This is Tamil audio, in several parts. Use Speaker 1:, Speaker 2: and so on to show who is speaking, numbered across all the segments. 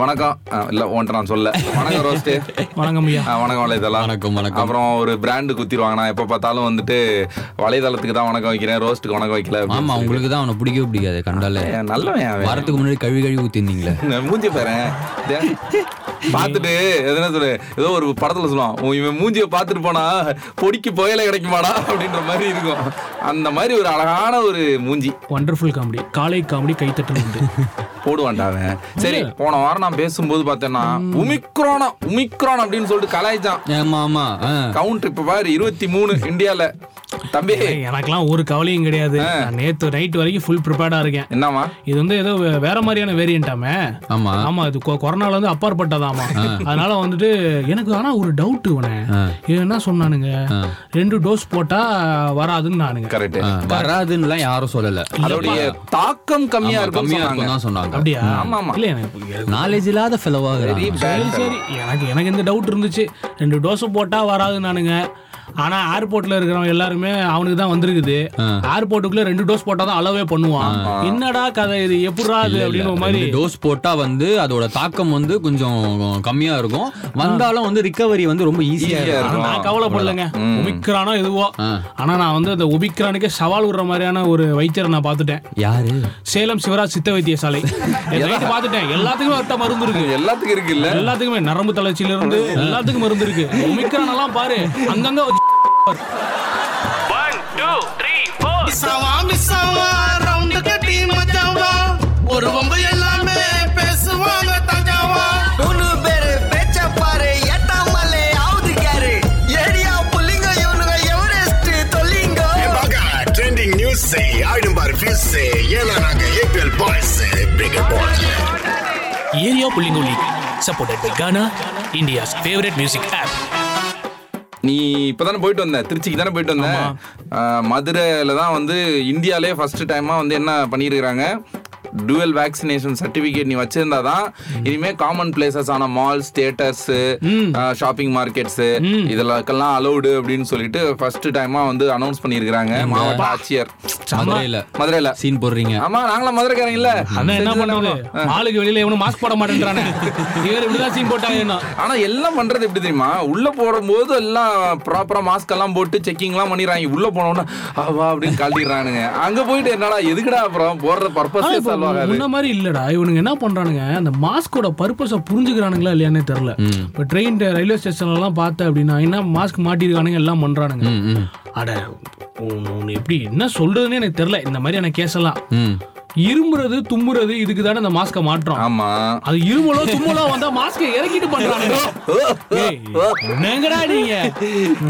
Speaker 1: வணக்கம் ஆ, இல்ல உன்ட்ட நான் சொல்ல வணக்கம் ரோஸ்ட்
Speaker 2: வணக்கம் ஐயா
Speaker 1: வணக்கம் வலைதளம்
Speaker 3: வணக்கம் வணக்கம்
Speaker 1: அப்புறம் ஒரு பிராண்டு குத்திடுவாங்க நான் எப்ப பார்த்தாலும் வந்துட்டு வலைதளத்துக்கு தான் வணக்கம் வைக்கிறேன் ரோஸ்ட்டுக்கு வணக்கம் வைக்கல அப்படின்னு
Speaker 3: ஆமா உங்களுக்கு தான் அவனை பிடிக்கவே பிடிக்காது கண்டாலே
Speaker 1: ஏன், நல்லவன் அவன்.
Speaker 3: வரத்துக்கு முன்னாடி கழுவி கழுவி ஊத்திருந்தீங்களே
Speaker 1: நான் மூஞ்சி பாரு டே, பார்த்துட்டு எதுனா சொல்லு ஏதோ ஒரு படத்துல சொல்லுவான் "உன் இவன் மூஞ்சியை பார்த்துட்டு போனா பொடிக்கு புயல கிடைக்குமாடா அப்படின்ற மாதிரி இருக்கும் அந்த மாதிரி ஒரு அழகான ஒரு மூஞ்சி
Speaker 2: வண்டர்ஃபுல் காமெடி காலை காமெடி கைத்தட்டல் உண்டு
Speaker 1: போடுவான்டா அவன் சரி போன வாரம் நான் பேசும்போது பார்த்தேன்னா உமிக்ரோனா உமிக்ரான் அப்படின்னு சொல்லிட்டு கலாய்ச்சான்
Speaker 3: ஆமா ஆமா ஆ.
Speaker 1: கவுண்ட் இப்ப பாரு இருபத்தி மூணு இந்தியால தம்பி
Speaker 2: ஏய், எனக்கெல்லாம் ஒரு கவலையும் கிடையாது நான் நேத்து நைட் வரைக்கும் ஃபுல் ப்ரிப்பேர்டா இருக்கேன்
Speaker 1: என்னம்மா
Speaker 2: இது வந்து ஏதோ வே- வேற மாதிரியான வேரியண்டாமே
Speaker 3: ஆமா
Speaker 2: ஆமா இது கொ- கொரோனால வந்து அப்பாற்பட்டதாமா அதனால வந்துட்டு எனக்கு ஆனா ஒரு டவுட் உனே என்ன சொன்னானுங்க ரெண்டு டோஸ் போட்டா வராதுன்னு நானுங்க
Speaker 1: கரெக்ட்
Speaker 3: ஆ, வராதுன்னுலாம் யாரும் சொல்லல
Speaker 1: அதோடைய தாக்கம் கம்மியா இருக்கும்
Speaker 3: கம்மியா இருக்கும் தான் சொன்னாங்க
Speaker 2: அப்படியா
Speaker 1: ஆமா, ஆமா.
Speaker 2: இல்ல எனக்கு
Speaker 3: நாலேஜ் இல்லாத
Speaker 1: Very
Speaker 3: ஃபெலவாக
Speaker 1: bad.
Speaker 2: சரி சரி எனக்கு எனக்கு இந்த டவுட் இருந்துச்சு ரெண்டு டோஸ் போட்டா வராது நானுங்க ஆனா ஏர்போர்ட்ல இருக்கிறவங்க எல்லாருமே அவனுக்கு தான் வந்திருக்குது ஏர்போர்ட்டுக்குள்ள ரெண்டு டோஸ் போட்டா தான் அளவே பண்ணுவான் என்னடா கதை இது எப்படிடா இது அப்படின்ற மாதிரி
Speaker 3: டோஸ் போட்டா வந்து அதோட தாக்கம் வந்து கொஞ்சம் கம்மியா இருக்கும் வந்தாலும் வந்து ரிகவரி வந்து ரொம்ப ஈஸியா
Speaker 1: Easy-ஆ
Speaker 3: இருக்கும்
Speaker 2: ஆனா நான் கவலைப்படலங்க ஒபிக்ரானோ எதுவோ
Speaker 3: ஆ.
Speaker 2: ஆனா நான் வந்து அந்த ஒபிக்ரானுக்கே சவால் விடுற மாதிரியான ஒரு வைத்தியரை நான் பார்த்துட்டேன்
Speaker 3: யாரு
Speaker 2: சேலம் சிவராஜ் சித்த வைத்தியசாலை எல்லாத்தையும் பார்த்துட்டேன் எல்லாத்துக்குமே ஒருத்த மருந்து இருக்கு
Speaker 1: எல்லாத்துக்கும் இருக்கு இல்ல
Speaker 2: எல்லாத்துக்குமே நரம்பு தளர்ச்சியில இருந்து எல்லாத்துக்கும் மருந்து இருக்கு ஒமிக்ரான் எல்லாம் பாரு அங்கங்க வச்சு
Speaker 4: மிஸ்ஸாவா மிஸ்ஸாவா ரவுண்டு கட்டி மச்சாவா ஒரு வம்பு எல்லாமே பேசுவாங்க தஞ்சாவா
Speaker 5: மூணு பேரு பேச்ச பாரு எட்டாமலே ஆவுது கேரு ஏடியா புள்ளிங்க இவனுங்க எவரெஸ்ட் தொல்லிங்க
Speaker 6: ட்ரெண்டிங் நியூஸ் ஆயிடும் பாரு ஃபியூஸ் ஏன்னா நாங்க APL boys big boys
Speaker 7: area புள்ளிங்க league supported by Gaana India's favourite music app
Speaker 1: நீ இப்பதானே போயிட்டு வந்த திருச்சிக்கு தானே போயிட்டு வந்த ஆ, மதுரையில தான் வந்து இந்தியாலே ஃபர்ஸ்ட் டைமா வந்து என்ன பண்ணியிருக்கிறாங்க டுவெல் வேக்சினேஷன் சர்டிபிகேட் நீ வச்சிருந்தா தான் இனிமே காமன் பிளேசஸ் ஆன மால்ஸ் தியேட்டர்ஸ் ஷாப்பிங் மார்க்கெட்ஸ் இதெல்லாம் அலௌடு அப்படின்னு சொல்லிட்டு ஃபர்ஸ்ட் டைமா வந்து அனௌன்ஸ் பண்ணியிருக்கிறாங்க மாவட்ட ஆட்சியர்
Speaker 3: மதுரையில
Speaker 1: மதுரையில
Speaker 3: சீன் போடுறீங்க
Speaker 1: ஆமா நாங்களாம் மதுரைக்காரங்கல்ல
Speaker 2: அதான் என்ன பண்ணது ஆளுக்கு வெளியில எவனும் மாஸ்க் போட மாட்டேன்றானே இவர் இப்படிதான் சீன் போட்டாங்கன்னா
Speaker 1: ஆனா எல்லாம் பண்றது எப்படி தெரியுமா உள்ள போடும்போது எல்லாம் ப்ராப்பரா மாஸ்க் எல்லாம் போட்டு செக்கிங் எல்லாம் பண்ணிடுறாங்க உள்ள போனோம்னா வா அப்படின்னு கழட்டிடுறானுங்க அங்க போயிட்டு என்னடா எதுக்குடா அப்புறம் போடுற பர்பஸே சால்வ் ஆகாது
Speaker 2: முன்ன மாதிரி இல்லடா இவனுங்க என்ன பண்றானுங்க அந்த மாஸ்கோட பர்பஸ புரிஞ்சுக்கிறானுங்களா இல்லையானே தெரியல இப்ப ட்ரெயின் ரயில்வே ஸ்டேஷன்ல எல்லாம் பார்த்த அப்படின்னா என்ன மாஸ்க் மாட்டிருக்கானுங்க எல்லாம் பண்றானுங்க அட உன் உன் எப்படி என்ன சொல்றதுன்னு எனக்கு தெரியல இந்த மாதிரியான கேஸ் எல்லாம்
Speaker 3: ம்.
Speaker 2: இருமுறது தும்முறது இதுக்கு தானே அந்த மாஸ்கை மாட்டுறோம்
Speaker 1: ஆமா
Speaker 2: அது இருமலோ தும்மலோ வந்தா மாஸ்கை இறக்கிட்டு பண்றானுங்க ஏய், என்னங்கடா நீங்க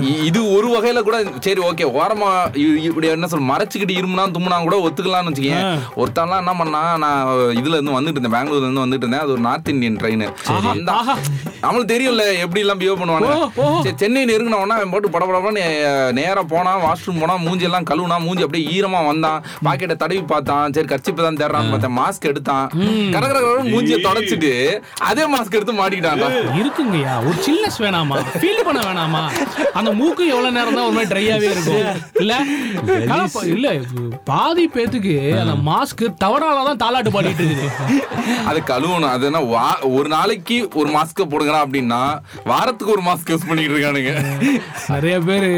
Speaker 1: இ- இது ஒரு வகையில கூட சரி ஓகே ஓரமா இ- இப்படி என்ன சொல்ற மறைச்சுக்கிட்டு இருமுனா தும்முனா கூட ஒத்துக்கலாம்னு வச்சுக்கேன் ஒருத்தன்லாம் என்ன பண்ணா நான் இதுல இருந்து வந்துட்டு இருந்தேன் பெங்களூர்ல இருந்து வந்துட்டு இருந்தேன் அது ஒரு நார்த் இந்தியன் ட்ரெயின் அந்த
Speaker 2: ஆஹா.
Speaker 1: நம்மளுக்கு தெரியும்ல எப்படி எல்லாம் பிஹேவ் பண்ணுவானுங்க
Speaker 2: ஓ, ஓ.
Speaker 1: சரி, சென்னை நெருங்கின உடனே அவன் போட்டு படபடப்படன்னு நே- நேரா போனா வாஷ்ரூம் போனா மூஞ்சி எல்லாம் கழுவுனா மூஞ்சி அப்படியே ஈரமா வந்தான் பாக்கெட்டை தடவி பார்த்தான் சரி கர்ச்சிப்பு தான் தேடுறான்னு பார்த்தேன் மாஸ்க் எடுத்தான் கர கர கரன்னு மூஞ்சியை தொடச்சிட்டு அதே மாஸ்க் எடுத்து மாட்டிக்கிட்டான்டா
Speaker 2: இருக்குங்கய்யா ஒரு சில்னஸ் வேணாமா ஃபீல் பண்ண வேணாமா அந்த மூக்கு எவ்வளவு நேரம் தான் ஒரு மாதிரி ட்ரையாவே இருக்கும் இல்ல கலப்ப- இல்ல இது பாதி பேத்துக்கு அந்த மாஸ்க் தவறால தான் தாலாட்டு பாடிட்டு இருக்குது
Speaker 1: அது கழுவணும் அது என்ன வா- ஒரு நாளைக்கு ஒரு மாஸ்க் போடுங்கடா அப்படின்னா வாரத்துக்கு ஒரு மாஸ்க் யூஸ் பண்ணிட்டு இருக்கானுங்க
Speaker 2: நிறைய பேரு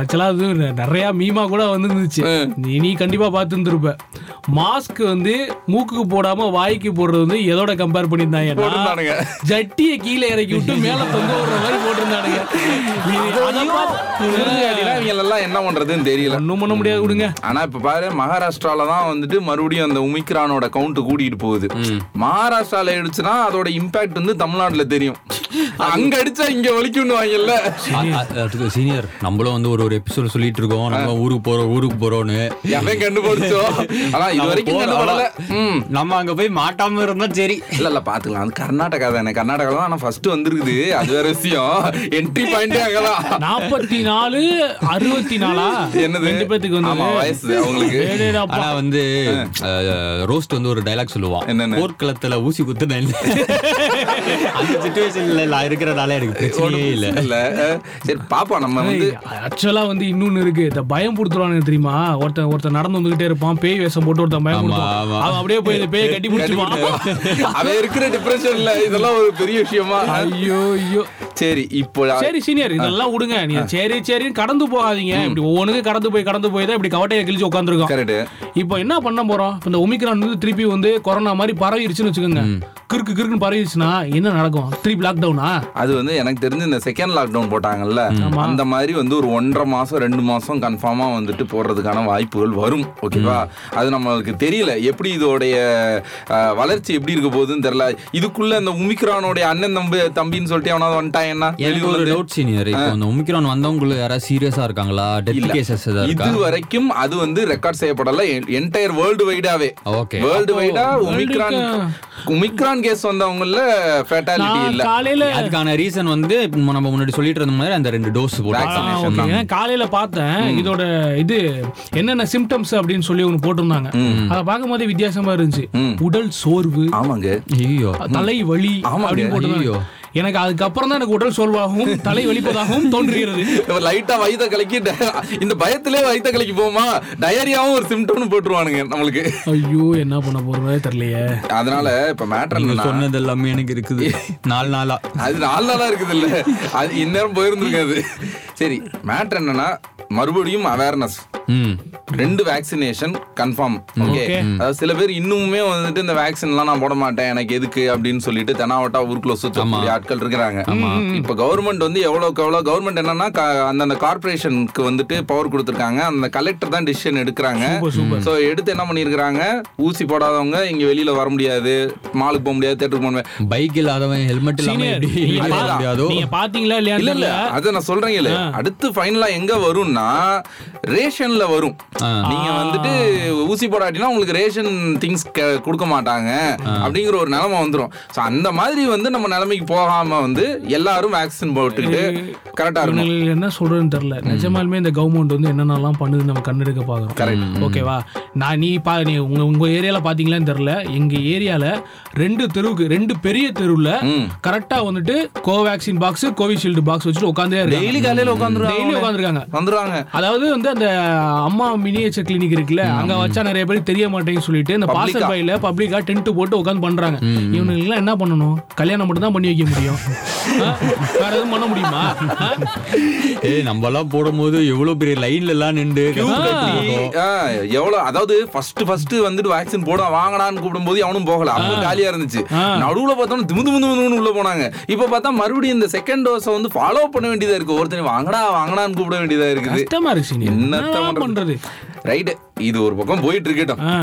Speaker 2: ஆக்சுவலா அது நிறைய மீமா கூட வந்துருந்துச்சு நீ நீ கண்டிப்பா பார்த்துருந்துருப்ப மாஸ்க் வந்து மூக்குக்கு போடாம வாய்க்கு போடுறது வந்து எதோட கம்பேர் பண்ணியிருந்தாங்க
Speaker 1: போட்டிருந்தானுங்க.
Speaker 2: ஜட்டியை கீழே இறக்கி விட்டு மேல தொங்க விடுற மாதிரி போட்டிருந்தானுங்க இது- அதை பார்த்து-
Speaker 1: அப்படின்னா இவங்க எல்லாம் என்ன பண்றதுன்னு தெரியல
Speaker 2: ஒண்ணும் பண்ண முடியாது விடுங்க
Speaker 1: ஆனா இப்ப பாரு மகாராஷ்டிரால தான் வந்துட்டு மறுபடியும் அந்த உமிக்ரானோட கவுண்ட் கூட்டிட்டு போகுது மகாராஷ்டிரால அடிச்சுன்னா அதோட இம்பாக்ட் வந்து தமிழ்நாட்டுல தெரியும் அங்க அடிச்சா இங்க வலிக்கும்னு வாங்கல்ல
Speaker 3: அ- அ- அதுக்கு சீனியர் நம்மளும் வந்து ஒரு ஒரு எபிசோட் சொல்லிட்டு இருக்கோம் நம்ம ஊருக்கு போறோம் ஊருக்கு போறோம்னு
Speaker 1: எவன் கண்டுபிடிச்சோம் ஆனா இது வரைக்கும்
Speaker 3: நம்ம போற-
Speaker 1: கண்டுபிடல ம்
Speaker 3: நம்ம அங்க போய் மாட்டாம இருந்தா சரி
Speaker 1: இல்ல இல்ல பாத்துக்கலாம் அது கர்நாடகா தானே கர்நாடகா தான் ஆனா ஃபர்ஸ்ட் வந்திருக்குது அது வேற விஷயம் என்ட்ரி பாயிண்டே அங்கதான்
Speaker 2: நாற்பத்தி நாலு அறுபத்தி நாலா
Speaker 1: என்னது
Speaker 2: ரெண்டு பேத்துக்கு
Speaker 1: ஆமா வயசு அவங்களுக்கு
Speaker 2: வந்து
Speaker 3: ஆனா வந்து ரோஸ்ட் வந்து ஒரு டைலாக் சொல்லுவான்
Speaker 1: என்னன்னு?
Speaker 3: போர்க்களத்துல ஊசி குத்துன இல்ல அந்த சுச்சுவேஷன்ல நான் இருக்கிறதால எனக்கு பிரச்சனையே இல்ல
Speaker 1: இல்ல அஹ், சரி பாப்போம் நம்ம வந்து
Speaker 2: ஆக்சுவலா வந்து இன்னொன்னு இருக்கு இந்த பயம் கொடுத்துருவானுங்க தெரியுமா ஒருத்தன் ஒருத்தன் நடந்து வந்துகிட்டே இருப்பான் பேய் வேஷம் போட்டு ஒருத்தன் பயம் கொடுப்போம்
Speaker 3: ஆமா.
Speaker 2: அவன் அப்படியே போய் இந்த பேயை கட்டி முடிச்சுப்பான்
Speaker 1: அவன் இருக்கிற டிப்ரெஷன்ல இதெல்லாம் ஒரு பெரிய விஷயமா
Speaker 2: ஐயோ ஐயோ
Speaker 1: சரி இப்போ
Speaker 2: சரி சீனியர் இதெல்லாம் விடுங்க நீங்க சரி சரின்னு கடந்து போகாதீங்க இப்படி ஒவ்வொன்றுக்கும் கடந்து போய் கடந்து போய் தான் இப்படி கவட்டையை கிழிச்சு உட்காந்துருக்கோம்
Speaker 1: கரெக்ட்
Speaker 2: இப்போ என்ன பண்ண போறோம் இப்ப இந்த ஒமிக்ரான் வந்து திருப்பி வந்து கொரோனா மாதிரி பரவிருச்சுன்னு வச்சுக்கோங்க கிறுக்கு கிறுக்குன்னு பரவிருச்சுன்னா என்ன நடக்கும் திருப்பி லாக்டவுனா
Speaker 1: அது வந்து எனக்கு தெரிஞ்சு இந்த செகண்ட் லாக்டவுன் போட்டாங்கல்ல அந்த மாதிரி வந்து ஒரு ஒன்றரை மாசம் ரெண்டு மாசம் கன்ஃபார்மா வந்துட்டு போடுறதுக்கான வாய்ப்புகள் வரும் ஓகேவா அது நம்மளுக்கு தெரியல எப்படி இதோடைய அஹ், வளர்ச்சி எப்படி இருக்க போகுதுன்னு தெரியல இதுக்குள்ள இந்த உமிக்ரானோடைய அண்ணன் தம்பி தம்பின்னு சொல்லிட்டு அவனாவது வந்துட்டாங்கன்னா
Speaker 3: எனக்கு ஒரு டவுட் சீனியர் இப்போ இந்த ஒமிக்ரான் வந்தவங்களும் யாராவது சீரியஸா இருக்காங்களா டெத் கேசஸ் ஏதாவது
Speaker 1: இது
Speaker 3: இருக்கா
Speaker 1: வரைக்கும் அது வந்து ரெக்கார்ட் செய்யப்படல என்டையர் வேர்ல்டு வைடாவே
Speaker 3: Okay.
Speaker 1: வேர்ல்டு வைடா
Speaker 2: world
Speaker 1: ஒமிக்ரான் ஒமிக்ரான் கேஸ் வந்தவங்கல ஃபேட்டாலிட்டி
Speaker 2: நான்
Speaker 1: இல்ல
Speaker 2: காலையில
Speaker 3: அதுக்கான ரீசன் வந்து இப்ப நம்ம முன்னாடி சொல்லிட்டு இருந்த மாதிரி அந்த ரெண்டு டோஸ்
Speaker 2: ஆ,
Speaker 3: போட்டாங்க
Speaker 1: Vaccination
Speaker 2: okay.
Speaker 1: தான்.
Speaker 2: ஏன்னா காலையில பார்த்தேன் இதோட இது என்னென்ன சிம்டம்ஸ் அப்படின்னு சொல்லி ஒன்று போட்டிருந்தாங்க அதை பார்க்கும்போது வித்தியாசமா இருந்துச்சு உடல் சோர்வு
Speaker 1: ஆமாங்க
Speaker 3: ஐயோ
Speaker 2: தலை வலி
Speaker 1: ஆமாங்க.
Speaker 2: அப்படின்னு போட்டிருந்தாங்க
Speaker 3: ஐயோ.
Speaker 2: எனக்கு அதுக்கப்புறம் தான் எனக்கு உடல் சோர்வாகவும் தலை வலிப்பதாகவும் தோன்றுகிறது
Speaker 1: லைட்டா வயித்த கலக்கி di- இந்த பயத்திலே வயித்த கலக்கி போமா டயரியாவும் ஒரு சிம்டம்னு போட்டுருவானுங்க நம்மளுக்கு
Speaker 2: ஐயோ என்ன பண்ண போறதே தெரியலையே
Speaker 1: அதனால இப்ப மேட்டர் என்னன்னா
Speaker 3: சொன்னது எல்லாமே எனக்கு இருக்குது நாலு நாளா
Speaker 1: அது நாலு நாளா இருக்குது இல்ல அது இந்நேரம் போயிருந்திருக்காது சரி மேட்டர் என்னன்னா மறுபடியும் அவேர்னஸ்
Speaker 3: ம்
Speaker 1: ரெண்டு வேக்சினேஷன் கன்ஃபார்ம் ஓகே அதாவது சில பேர் இன்னுமே வந்துட்டு இந்த வேக்சின்லாம் நான் போட மாட்டேன் எனக்கு எதுக்கு அப்படின்னு சொல்லிட்டு தெனாவட்டா ஊருக்குள்ள சுத்தக்கூடிய ஆட்கள் இருக்கிறாங்க இப்போ கவர்மெண்ட் வந்து எவ்வளோக்கு எவ்வளோ கவர்மெண்ட் என்னன்னா க- அந்தந்த கார்பரேஷனுக்கு வந்துட்டு பவர் கொடுத்துருக்காங்க அந்த கலெக்டர் தான் டிசிஷன் எடுக்கிறாங்க ஸோ எடுத்து என்ன பண்ணியிருக்கிறாங்க ஊசி போடாதவங்க இங்க வெளியில வர முடியாது மாலுக்கு போக முடியாது தேட்டருக்கு போக முடியாது
Speaker 3: பைக் இல்லாதவன் ஹெல்மெட் இல்லாம
Speaker 2: சீனியர்
Speaker 3: எப்படி வெளியே வர முடியாதோ
Speaker 2: நீங்க பாத்தீங்களா இல்லையா
Speaker 1: இல்ல இல்ல அத நான் சொல்றேன் அடுத்து ஃபைனலா எங்க வரும்னா ரேஷன்ல வரும் நீங்க வந்துட்டு ஊசி போடாட்டினா உங்களுக்கு ரேஷன் திங்ஸ் கொடுக்க மாட்டாங்க அப்படிங்கிற ஒரு நிலைமை வந்துரும் சோ அந்த மாதிரி வந்து நம்ம நிலைமைக்கு போகாம வந்து எல்லாரும் வேக்சின் போட்டுக்கிட்டு கரெக்டா இருக்கும்
Speaker 2: இவனுங்களுக்கு என்ன சொல்றதுன்னு தெரியல நிஜமாலுமே இந்த கவர்மெண்ட் வந்து என்னென்னலாம் பண்ணுது நம்ம கண்ணெடுக்க பார்க்குறோம் ஓகேவா நான் நீ பா நீ உங்க உங்க ஏரியால பாத்தீங்களான்னு தெரியல எங்க ஏரியால ரெண்டு தெருவுக்கு ரெண்டு பெரிய தெருவுல கரெக்டா வந்துட்டு கோவேக்சின் பாக்ஸ் கோவிஷீல்டு பாக்ஸ் வச்சுட்டு உட்காந்தே
Speaker 1: டெய்லி காலையில உட்காந்துருவாங்க
Speaker 2: டெய்லி உட்காந்துருக்காங்க
Speaker 1: வந்துருவாங்க
Speaker 2: அதாவது வந்து அந்த அம்மா மினியேச்சர் கிளினிக் இருக்குல்ல அங்க வச்சா நிறைய பேர் தெரிய மாட்டேங்குன்னு சொல்லிட்டு இந்த
Speaker 1: Public-ஆ.
Speaker 2: பாசல் பையில பப்ளிக்கா டென்ட் போட்டு உட்காந்து பண்றாங்க இவனுக்கு எல்லாம் என்ன பண்ணணும் கல்யாணம் மட்டும் தான் பண்ணி வைக்க முடியும் ஆ? வேற எதுவும் பண்ண முடியுமா ஆ?
Speaker 3: ஏய் நம்ம எல்லாம் போடும்போது எவ்வளவு பெரிய லைன்ல எல்லாம் நின்று
Speaker 1: ஆ, எவ்வளவு அதாவது ஃபர்ஸ்ட் ஃபர்ஸ்ட் வந்துட்டு வேக்சின் போட வாங்கடான்னு கூப்பிடும்போது அவனும் போகல அவங்க காலியா இருந்துச்சு நடுவுல பார்த்தோம் திமு திமு திமுன்னு உள்ள போனாங்க இப்ப பார்த்தா மறுபடியும் இந்த செகண்ட் டோஸை வந்து ஃபாலோ பண்ண வேண்டியதா இருக்கு ஒருத்தனை வாங்கடா வாங்கடான்னு கூப்பிட வேண்டியதா இருக்குது
Speaker 2: கஷ்டமா இருக்கு சீனியர்
Speaker 1: என்னத்த
Speaker 2: என்ன பண்றது
Speaker 1: ரைட் இது ஒரு பக்கம் போயிட்டு இருக்கட்டும்
Speaker 2: ஆ,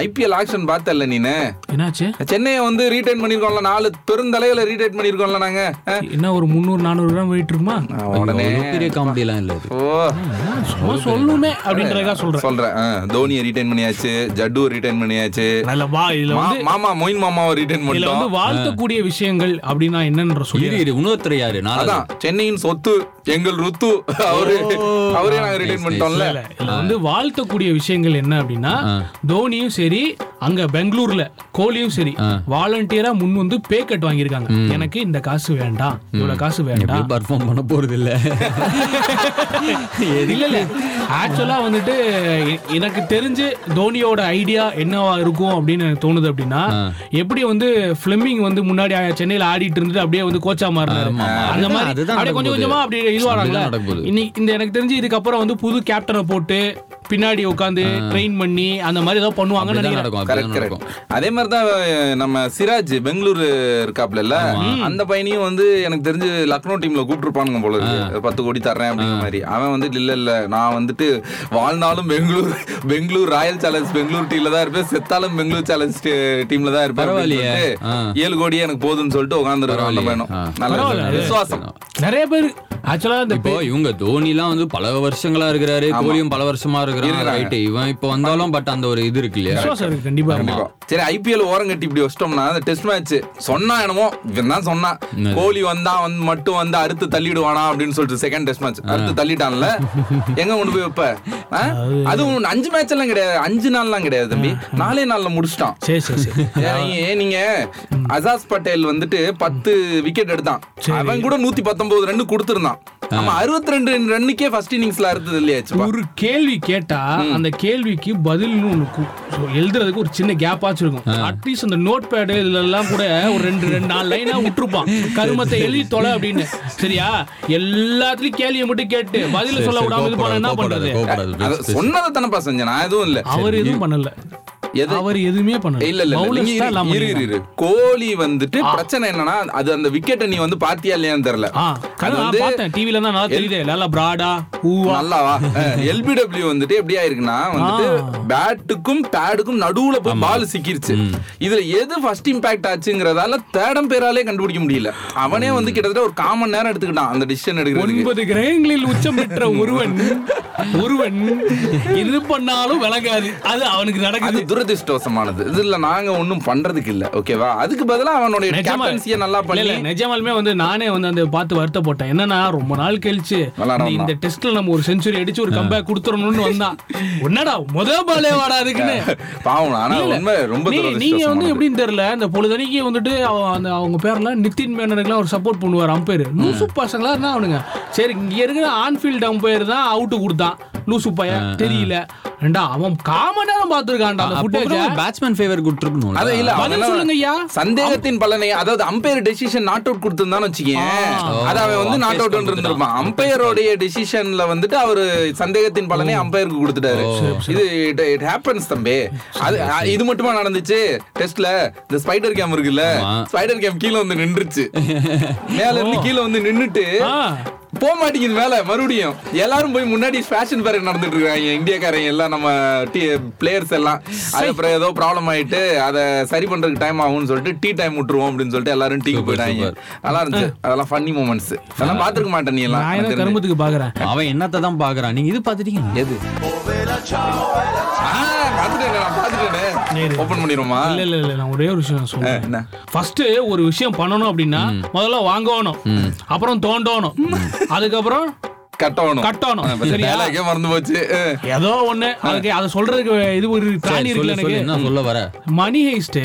Speaker 1: ஐபிஎல் ஆக்ஷன் பார்த்தல நீனு
Speaker 2: என்னாச்சு
Speaker 1: சென்னையை வந்து ரீடைன் பண்ணிருக்கோம்ல நாலு பெருந்தலையில ரீடைன் பண்ணிருக்கோம்ல நாங்க ஆ?
Speaker 2: என்ன ஒரு முந்நூறு நானூறு கிராம் வெயிட் இருக்குமா
Speaker 1: உடனே
Speaker 3: பெரிய காமெடி எல்லாம் இல்ல இது.
Speaker 1: ஓ
Speaker 2: சும்மா சொல்லுமே அப்படின்றதுக்காக சொல்றேன்
Speaker 1: சொல்றேன் ஆ, தோனியை ரீடைன் பண்ணியாச்சு ஜட்டு ரீடைன் பண்ணியாச்சு
Speaker 2: நல்ல வா இதுல
Speaker 1: மா-
Speaker 2: வந்து
Speaker 1: மாமா மொயின் மாமாவை ரிட்டர்ன்
Speaker 2: இதுல வந்து
Speaker 1: பண்ணிட்டோம்
Speaker 2: வாழ்த்தக்கூடிய விஷயங்கள் அப்படின்னா என்னன்ற சொல்லி
Speaker 3: இரு இரு இன்னொருத்தர் யாரு நாலா
Speaker 1: அதான் சென்னையின் சொத்து எங்கள் ருத்து அவரு அவரே நாங்க ரிட்டர்ன் பண்ணிட்டோம்ல
Speaker 2: இல்ல, இதுல வந்து வாழ்த்தக்கூடிய விஷயங்கள் என்ன அப்படின்னா தோனியும் சரி அங்க பெங்களூர்ல கோலியும் சரி வாலண்டியரா முன் வந்து பே கட் வாங்கியிருக்காங்க எனக்கு இந்த காசு வேண்டாம் இவ்வளவு காசு வேண்டாம்
Speaker 3: பர்ஃபார்ம் பண்ண போறது இல்ல
Speaker 2: இல்ல இல்ல ஆக்சுவலா வந்துட்டு எ- எனக்கு தெரிஞ்சு தோனியோட ஐடியா என்னவா இருக்கும் அப்படின்னு எனக்கு தோணுது அப்படின்னா எப்படி வந்து ஃபிளமிங் வந்து முன்னாடி ஆ- சென்னையில ஆடிட்டு இருந்துட்டு அப்படியே வந்து கோச்சா மாறினாரு
Speaker 3: ஆமா, ஆமா.
Speaker 2: அந்த மாதிரி
Speaker 3: அதுதான்
Speaker 2: அப்படியே கொஞ்சம்
Speaker 3: நடக்குது.
Speaker 2: கொஞ்சமா அப்படி இதுவாராங்களா
Speaker 3: அப்படிதான் நடக்குது.
Speaker 2: இன்னைக்கு இந்த எனக்கு தெரிஞ்சு இதுக்கப்புறம் வந்து புது கேப்டனை போட்டு பின்னாடி உட்காந்து ட்ரெயின் பண்ணி அந்த மாதிரி ஏதாவது பண்ணுவாங்கன்னு
Speaker 3: அப்படிதான்
Speaker 2: நினைக்கிறேன்
Speaker 3: நடக்கும் அப்படிதான்
Speaker 1: கரெக்ட்
Speaker 3: நடக்கும்
Speaker 1: கரெக்ட் அதே மாதிரி தான் அஹ், நம்ம சிராஜ் பெங்களூர் இருக்காப்ல அந்த பையனையும் வந்து எனக்கு தெரிஞ்சு லக்னோ டீம்ல கூப்பிட்டுருப்பானுங்க போல இருக்கு பத்து கோடி தர்றேன் அப்படிங்கிற மாதிரி அவன் வந்துட்டு இல்ல இல்ல நான் வந்துட்டு வாழ்நாளும் பெங்களூர் பெங்களூர் ராயல் சேலஞ்ச் பெங்களூர் டீம்ல தான் இருப்பேன் செத்தாலும் பெங்களூர் சேலஞ்ச் டீம்ல தான் இருப்பேன் அப்படின்னு
Speaker 3: பரவாயில்லையே.
Speaker 1: சொல்லிட்டு, ஏழு கோடியே எனக்கு போதும்னு சொல்லிட்டு உட்காந்துருக்கான் அந்த பையனும்
Speaker 3: ஆ.
Speaker 1: நல்ல
Speaker 2: பரவாயில்ல.
Speaker 1: விசுவாசம்
Speaker 2: நிறைய பேர் ஆக்சுவலா இந்த
Speaker 3: இப்போ இவங்க தோனிலாம் வந்து பல வருஷங்களா இருக்கிறாரு கோலியும் பல வருஷமா இருக்கிறாரு
Speaker 1: இருக்கிறாங்க.
Speaker 3: ரைட் இவன் இப்போ வந்தாலும் பட் அந்த ஒரு இது இருக்கு இல்லையா
Speaker 2: விசுவாசம் இருக்கு கண்டிப்பா
Speaker 1: கண்டிப்பா. சரி ஐபிஎல் ஓரம் கட்டி இப்படி வச்சிட்டோம்னா அந்த டெஸ்ட் மேட்ச் சொன்னா என்னமோ இவன் தான் சொன்னா கோலி வந்தா வந்து மட்டும் வந்து அறுத்து தள்ளிடுவானா அப்படின்னு சொல்லிட்டு செகண்ட் டெஸ்ட் மேட்ச் அறுத்து தள்ளிட்டான்ல எங்க கொண்டு போய் வைப்ப ஆ? அதுவும் ஒண்ணு அஞ்சு மேட்ச் எல்லாம் கிடையாது அஞ்சு நாள்லாம் கிடையாது தம்பி நாலே நாள்ல முடிச்சிட்டான்
Speaker 2: சரி சரி சரி
Speaker 1: ஏன் ஏன் நீங்க அசாஸ் பட்டேல் வந்துட்டு பத்து விக்கெட் எடுத்தான் அவன் கூட நூத்தி பத்தொன்பது ரன் கொடுத்திருந்தான் ஆமா அறுபத்தி ரெண்டு ரன்னுக்கே ஃபர்ஸ்ட் இன்னிங்ஸ்ல அறுத்தது இல்லையாச்சுப்பா
Speaker 2: ஒரு கேள்வி கேட்டா அந்த கேள்விக்கு பதில்னு ஒண்ணு கு- so எழுதுறதுக்கு ஒரு சின்ன கேப் ஆச்சு இருக்கும் அட்லீஸ்ட் அந்த நோட் பேடு இதுல எல்லாம் கூட ஒரு ரெண்டு ரெண்டு நாலு லைனா விட்டுருப்பான் கருமத்தை எழுதி தொலை அப்படின்னு சரியா எல்லாத்துலயும் கேள்வியை மட்டும் கேட்டு பதில சொல்ல விடாம இது பண்ண என்ன பண்றது
Speaker 1: அது சொன்னதை தானப்பா செஞ்சேன் நான் எதுவும் இல்ல
Speaker 2: அவர் எதுவும் பண்ணல
Speaker 1: எது-
Speaker 2: அவர் எதுவுமே பண்ணல
Speaker 1: இல்ல இல்ல, இல்ல
Speaker 2: Bowlers
Speaker 1: நீங்க
Speaker 2: தான் எல்லாம்
Speaker 1: இரு, இரு, இரு.
Speaker 2: பண்ணாங்க.
Speaker 1: கோலி வந்துட்டு பிரச்சனை என்னன்னா அது அந்த விக்கெட்டை நீ வந்து பாத்தியா இல்லையான்னு தெரியல
Speaker 2: ஆ,
Speaker 1: அது
Speaker 2: கண்ணா,
Speaker 1: வந்து
Speaker 2: பார்த்தேன் TV ல தான் நல்லா தெரியுதே நல்லா பிராடா ஊவா
Speaker 1: நல்லாவா எல்பிடபிள்யூ வந்துட்டு எப்படி ஆயிருக்குன்னா வந்துட்டு பேட்டுக்கும் பேடுக்கும் நடுவுல போய் பால் சிக்கிருச்சு இதுல எது ஃபர்ஸ்ட் இம்பாக்ட் ஆச்சுங்கிறதால தேடம் பேராலே கண்டுபிடிக்க முடியல அவனே வந்து கிட்டத்தட்ட ஒரு காமன் நேரம் எடுத்துக்கிட்டான் அந்த டிசிஷன் எடுக்கிறதுக்கு
Speaker 2: ஒன்பது கிரகங்களில் உச்சம் பெற்ற ஒருவன் ஒருவன் எது பண்ணாலும் விளங்காது அது அவனுக்கு
Speaker 1: அது
Speaker 2: நடக்குது
Speaker 1: துரதிர்ஷ்டவசமானது இதுல நாங்க ஒண்ணும் பண்றதுக்கு இல்ல ஓகேவா அதுக்கு பதிலா அவனுடைய
Speaker 2: நிஜமா-
Speaker 1: கேப்டன்சியை நல்லா
Speaker 2: இல்ல, இல்ல,
Speaker 1: பண்ணி
Speaker 2: நிஜமாலுமே வந்து நானே வந்து அந்த பார்த்து வருத்தப்பட்டேன் என்னன்னா ரொம்ப நாள் கழிச்சு
Speaker 1: விளாடணும்னா.
Speaker 2: இந்த- இந்த டெஸ்ட்ல நம்ம ஒரு செஞ்சுரி அடிச்சு ஒரு கம்பேக் கொடுத்துறணும்னு வந்தான் உன்னடா முத பாலே வாடா அதுக்குன்னு
Speaker 1: பாவம் ஆனா
Speaker 2: இல்ல.
Speaker 1: உண்மை ரொம்ப
Speaker 2: நீ- நீங்க வந்து
Speaker 1: துரதிர்ஷ்டவசமானது
Speaker 2: எப்படின்னு தெரியல இந்த பொழுதனைக்கு வந்துட்டு அவ- அந்த அவங்க பேர்ல நிதின் மேனனுக்குலாம் ஒரு சப்போர்ட் பண்ணுவார் அம்பையர் லூசு பசங்களா இருந்தா அவனுங்க சரி இங்க இருக்கிற ஆன்ஃபீல்ட் அம்பையர் தான் அவுட் கொடுத்தான் லூசு பையன் தெரியல ஏண்டா அவன் காம நேரம் பார்த்திருக்கான்டா அந்த ஃபுட்டேஜ்
Speaker 3: பேட்ஸ்மேன் ஃபேவர் கொடுத்துருக்கணும்
Speaker 1: அது இல்ல அவன்
Speaker 2: பதில்
Speaker 1: என்ன-
Speaker 2: சொல்லுங்க ஐயா.
Speaker 1: சந்தேகத்தின் பலனை அதாவது அம்பையர் டெசிஷன் நாட் அவுட் கொடுத்திருந்தான்னு வச்சுக்கேன் அது அவன் வந்து நாட் அவுட் இருந்திருப்பான் அம்பையரோடைய டெசிஷன்ல வந்துட்டு அவரு சந்தேகத்தின் பலனை அம்பையருக்கு கொடுத்துட்டாரு இது இட் ஹேப்பன்ஸ் தம்பி அது அ, இது மட்டுமா நடந்துச்சு டெஸ்ட்ல இந்த ஸ்பைடர் கேம் இருக்குல்ல ஸ்பைடர் கேம் கீழ வந்து நின்றுச்சு மேல இருந்து கீழ வந்து நின்னுட்டு போக மாட்டேங்குது மேல மறுபடியும் எல்லாரும் போய் முன்னாடி ஃபேஷன் பேரட் நடந்துட்டு இருக்காங்க இந்தியாக்காரங்க எல்லாம் நம்ம பிளேயர்ஸ் எல்லாம் அது அப்புறம் ஏதோ ப்ராப்ளம் ஆயிட்டு அதை சரி பண்றதுக்கு டைம் ஆகும்னு சொல்லிட்டு டீ டைம் விட்டுருவோம் அப்படின்னு சொல்லிட்டு எல்லாரும் டீக்கு போயிட்டாங்க நல்லா இருந்துச்சு அதெல்லாம் ஃபன்னி மூமெண்ட்ஸ் அதெல்லாம் பாத்துக்க மாட்டேன் நீ எல்லாம்
Speaker 2: நான்
Speaker 1: எனக்கு
Speaker 2: என்ன
Speaker 1: தெரிஞ்சு.
Speaker 2: கரும்பத்துக்கு பாக்குறேன்
Speaker 3: அவன் என்னத்தை தான் பாக்குறான் நீங்க இது பாத்துட்டீங்க
Speaker 1: எது ஆ, பாத்துட்டேனே, நான் பாத்துட்டேனே. open பண்ணிடுவோமா?
Speaker 2: இல்ல இல்ல இல்ல நான் ஒரே ஒரு விஷயம்
Speaker 1: என்ன?
Speaker 2: சொல்றேன் ஃபர்ஸ்ட் ஒரு விஷயம் பண்ணணும் அப்படின்னா முதல்ல வாங்கணும் அப்புறம் தோண்டணும் அதுக்கப்புறம்
Speaker 1: கட்டணும்.
Speaker 2: கட்டணும்.
Speaker 1: ஆ, பத்தி
Speaker 2: சரியா?
Speaker 1: dialogue ஏ மறந்து போச்சு ஆ.
Speaker 2: ஏதோ ஒண்ணு அதுக்கு அதை சொல்றதுக்கு இது ஒரு பிளான்
Speaker 3: சொல்லு,
Speaker 2: இருக்குல்ல
Speaker 3: சொல்லு,
Speaker 2: எனக்கு
Speaker 3: என்ன சொல்ல வர
Speaker 2: மணி ஹெய்ஸ்ட்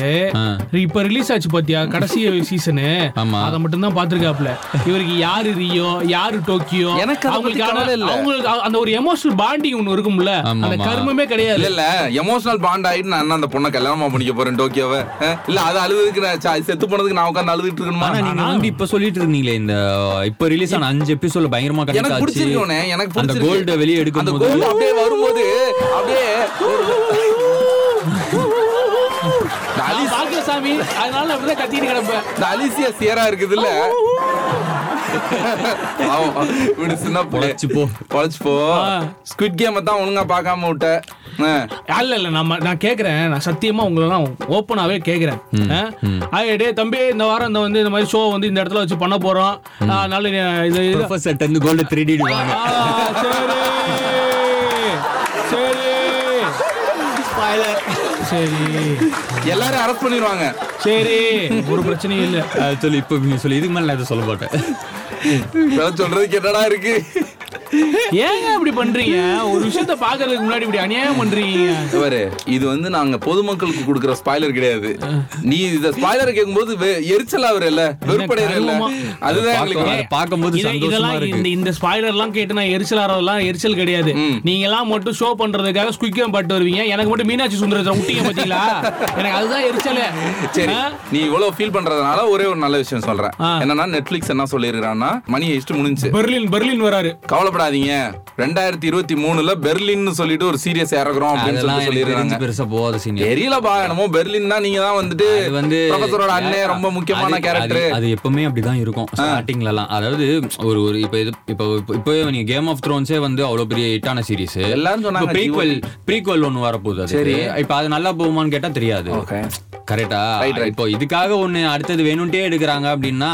Speaker 2: இப்ப ரிலீஸ் ஆச்சு பாத்தியா கடைசி சீசனு
Speaker 3: ஆமா.
Speaker 2: அத மட்டும் தான் பாத்துருக்காப்ல இவருக்கு யாரு ரியோ யாரு டோக்கியோ
Speaker 1: எனக்கு அத பத்தி
Speaker 2: அவங்களுக்கான
Speaker 1: கவலை இல்ல.
Speaker 2: அவங்களுக்கு அ- அந்த ஒரு எமோஷனல் பாண்டிங் ஒண்ணு இருக்கும்ல
Speaker 3: ஆமா,
Speaker 2: அந்த
Speaker 3: ஆமா.
Speaker 2: கர்மமே கிடையாது
Speaker 1: இல்ல இல்ல எமோஷனல் பாண்ட் ஆயிட்டு நான் என்ன அந்த பொண்ணை கல்யாணமா பண்ணிக்க போறேன் டோக்கியோவை ஆ, இல்ல அது அழுதுக்கு நான் சா- செத்து போனதுக்கு நான் உட்காந்து அழுதுட்டு
Speaker 3: ஆனா
Speaker 1: இருக்கணுமா
Speaker 3: நீங்க வந்து இப்ப சொல்லிட்டு இருந்தீங்களே இந்த இப்ப ரிலீஸ் ஆன அஞ்சு எபிசோட்ல பயங்கரமா
Speaker 1: எனக்கு
Speaker 3: கணக்காச்சு
Speaker 1: பிடிச்சிருக்கு உன்னை, எனக்கு
Speaker 3: அந்த
Speaker 1: பிடிச்சிருக்கு.
Speaker 3: கோல்ட வெளியே எடுக்கும்
Speaker 1: அந்த
Speaker 3: போது
Speaker 1: கோல் அப்படியே வரும்போது அப்படியே இந்த அலி-
Speaker 2: நான் பாக்கல சாமி அதனால அப்படிதான் கத்திட்டு கிடப்பேன்
Speaker 1: இந்த அலிசியா சியரா இருக்குதுல்ல பாவம், இப்படி சின்ன பிள்ளை.
Speaker 3: பொழைச்சு போ.
Speaker 1: பொழைச்சு போ. Squid Game அ தான் ஒழுங்கா பார்க்காம விட்ட. ஆ.
Speaker 2: இல்ல இல்ல நம்ம நான் கேக்குறேன் நான் சத்தியமா உங்களை நான் ஓப்பனாவே கேக்குறேன் ஆ? ஐயே, டேய் தம்பி இந்த வாரம் இந்த வந்து இந்த மாதிரி ஷோ வந்து இந்த இடத்துல வச்சு பண்ண போறோம் ஆ, அதனால நீ இது இது-
Speaker 3: ப்ரொஃபசர் டந்து கோல்ட திருடிடுவாங்க
Speaker 2: ஆ, சரி சரி சரி
Speaker 1: எல்லாரும் அரெஸ்ட் பண்ணிடுவாங்க
Speaker 2: சரி ஒரு பிரச்சனையும் இல்ல
Speaker 3: அது சொல்லு இப்ப நீ சொல்லு இதுக்கு மேல நான் எதுவும் சொல்ல மாட்டேன்
Speaker 1: இதெல்லாம் சொல்றதுக்கு என்னடா இருக்கு
Speaker 2: ஏங்க இப்படி பண்றீங்க ஒரு விஷயத்த பாக்குறதுக்கு முன்னாடி இப்படி அநியாயம் பண்றீங்க
Speaker 1: இவரு இது வந்து நாங்க பொதுமக்களுக்கு கொடுக்குற ஸ்பாய்லர் கிடையாது நீ இந்த ஸ்பாய்லர் கேட்கும்போது வெ- எரிச்சலா இல்ல வெறுப்படையிற இல்ல
Speaker 2: கர்வமா.
Speaker 1: அதுதான் எங்களுக்கு
Speaker 3: பார்க்க- பார்க்கும்போது
Speaker 2: இத-
Speaker 3: சந்தோஷமா
Speaker 2: இதெல்லாம்
Speaker 3: இருக்கு.
Speaker 2: இந்த இந்த ஸ்பாய்லர் எல்லாம் கேட்டு நான் எரிச்சல் ஆறதெல்லாம் எரிச்சல் கிடையாது நீங்க எல்லாம் மட்டும் ஷோ பண்றதுக்காக ஸ்குவிக்கம் பட்டு வருவீங்க எனக்கு மட்டும் மீனாட்சி சுந்தரத்தை விட்டீங்க பாத்தீங்களா எனக்கு அதுதான் எரிச்சலே
Speaker 1: சரி
Speaker 2: ஆ?
Speaker 1: நீ இவ்வளவு ஃபீல் பண்றதுனால ஒரே ஒரு நல்ல விஷயம் சொல்றேன்
Speaker 2: ஆ.
Speaker 1: என்னன்னா நெட்ஃபிளிக்ஸ் என்ன சொல்லிருக்கான்னா மணி ஹெஸ்ட் முடிஞ்சு
Speaker 2: பெர்லின் பெர்லின் வராரு
Speaker 1: கவலைப்படாதீங்க ரெண்டாயிரத்தி இருபத்தி மூணுல பெர்லின்னு சொல்லிட்டு ஒரு சீரியஸ் இறக்குறோம் அப்படின்னு
Speaker 3: அதெல்லாம்
Speaker 1: சொல்லிட்டு
Speaker 3: எனக்கு தெரிஞ்சு
Speaker 1: சொல்லிருக்காங்க
Speaker 3: பெருசா போகாத சீனியர்
Speaker 1: தெரியலப்பா என்னமோ பெர்லின் தான் நீங்க தான் வந்துட்டு
Speaker 3: அது வந்து
Speaker 1: ப்ரொஃபஸரோட அண்ணே ரொம்ப முக்கியமான
Speaker 3: அது-
Speaker 1: கேரக்டர்
Speaker 3: அது- அது எப்பவுமே அப்படிதான் இருக்கும் ஸ்டார்டிங்ல எல்லாம் அதாவது ஒரு ஒரு இப்போ இது இப்போ இப்போ- இப்போ நீங்க கேம் ஆஃப் த்ரோன்ஸே வந்து அவ்வளவு பெரிய ஹிட்டான சீரிஸ்
Speaker 1: எல்லாரும் சொன்னாங்க,
Speaker 3: ப்ரீக்வல் ப்ரீக்வல் ஒன்னு வரப்போகுது சரி இப்போ அது நல்லா போகுமான்னு கேட்டா தெரியாது
Speaker 1: Okay.
Speaker 3: கரெக்டா
Speaker 1: Right, right.
Speaker 3: இப்போ இதுக்காக ஒண்ணு அடுத்தது வேணும்ட்டே எடுக்கிறாங்க அப்படின்னா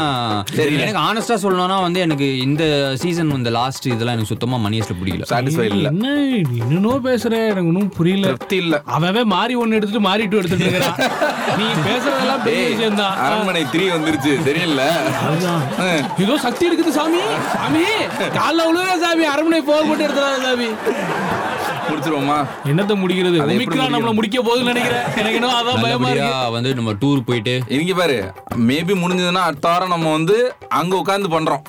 Speaker 3: எனக்கு ஆனஸ்டா சொல்லணும்னா வந்து எனக்கு இந்த சீசன் இந்த லாஸ்ட் இதெல்லாம் எனக்கு சுத்தமா மணியஸ்ல பிடிக்கல
Speaker 1: சாட்டிஸ்ஃபை இல்ல
Speaker 2: என்ன இன்னும் பேசுற எனக்கு ஒன்றும் புரியல
Speaker 1: திருப்தி இல்ல
Speaker 2: அவவே மாறி ஒன்னு எடுத்துட்டு மாறி டூ எடுத்துட்டு இருக்கிறான் நீ பேசுறதெல்லாம் பெரிய
Speaker 1: டேய்,
Speaker 2: விஷயம் தான்
Speaker 1: அரண்மனை த்ரீ வந்துருச்சு தெரியல
Speaker 2: ஏதோ சக்தி இருக்குது சாமி சாமி காலைல உழுவுற சாமி அரண்மனை போக போட்டு எடுத்துறாரு சாமி
Speaker 1: முடிச்சிருவோமா
Speaker 2: என்னத்த முடிக்கிறது
Speaker 1: எப்படி
Speaker 2: ஒமிக்ரான் நம்மள முடிக்க போகுதுன்னு நினைக்கிறேன் எனக்கு என்னவோ அதான் பயமா
Speaker 3: நல்லபடியா
Speaker 2: இருக்கு
Speaker 3: வந்து நம்ம டூர் போயிட்டு
Speaker 1: இங்க பாரு மேபி முடிஞ்சதுன்னா அடுத்த வாரம் நம்ம வந்து அங்க உட்கார்ந்து பண்றோம்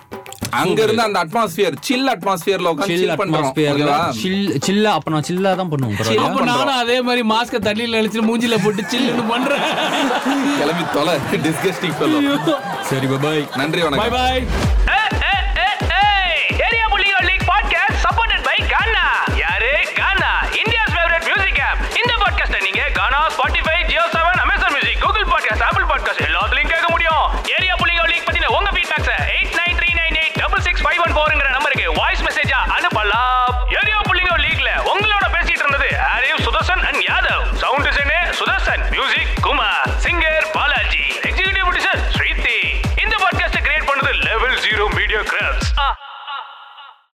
Speaker 1: அங்க இருந்து அந்த அட்மாஸ்பியர் சில் அட்மாஸ்பியர்ல உட்கார்ந்து
Speaker 3: சில்
Speaker 1: chill பண்றோம்
Speaker 3: அட்மாஸ்பியர்ல
Speaker 1: ஓகேவா?
Speaker 3: சில் சில்லா அப்ப நான் சில்லா தான் பண்ணுவோம்
Speaker 1: Chill
Speaker 3: பரவாயில்லையா?
Speaker 2: அப்ப நானும் அதே மாதிரி மாஸ்க தண்ணியில அழிச்சு மூஞ்சில போட்டு சில்லுன்னு பண்றேன்
Speaker 1: கிளம்பி தொலை டிஸ்கஸ்டிங் சொல்லும்
Speaker 3: சரி பாய்
Speaker 1: நன்றி
Speaker 2: பை
Speaker 1: வணக்கம்
Speaker 2: பாய்
Speaker 4: ஏ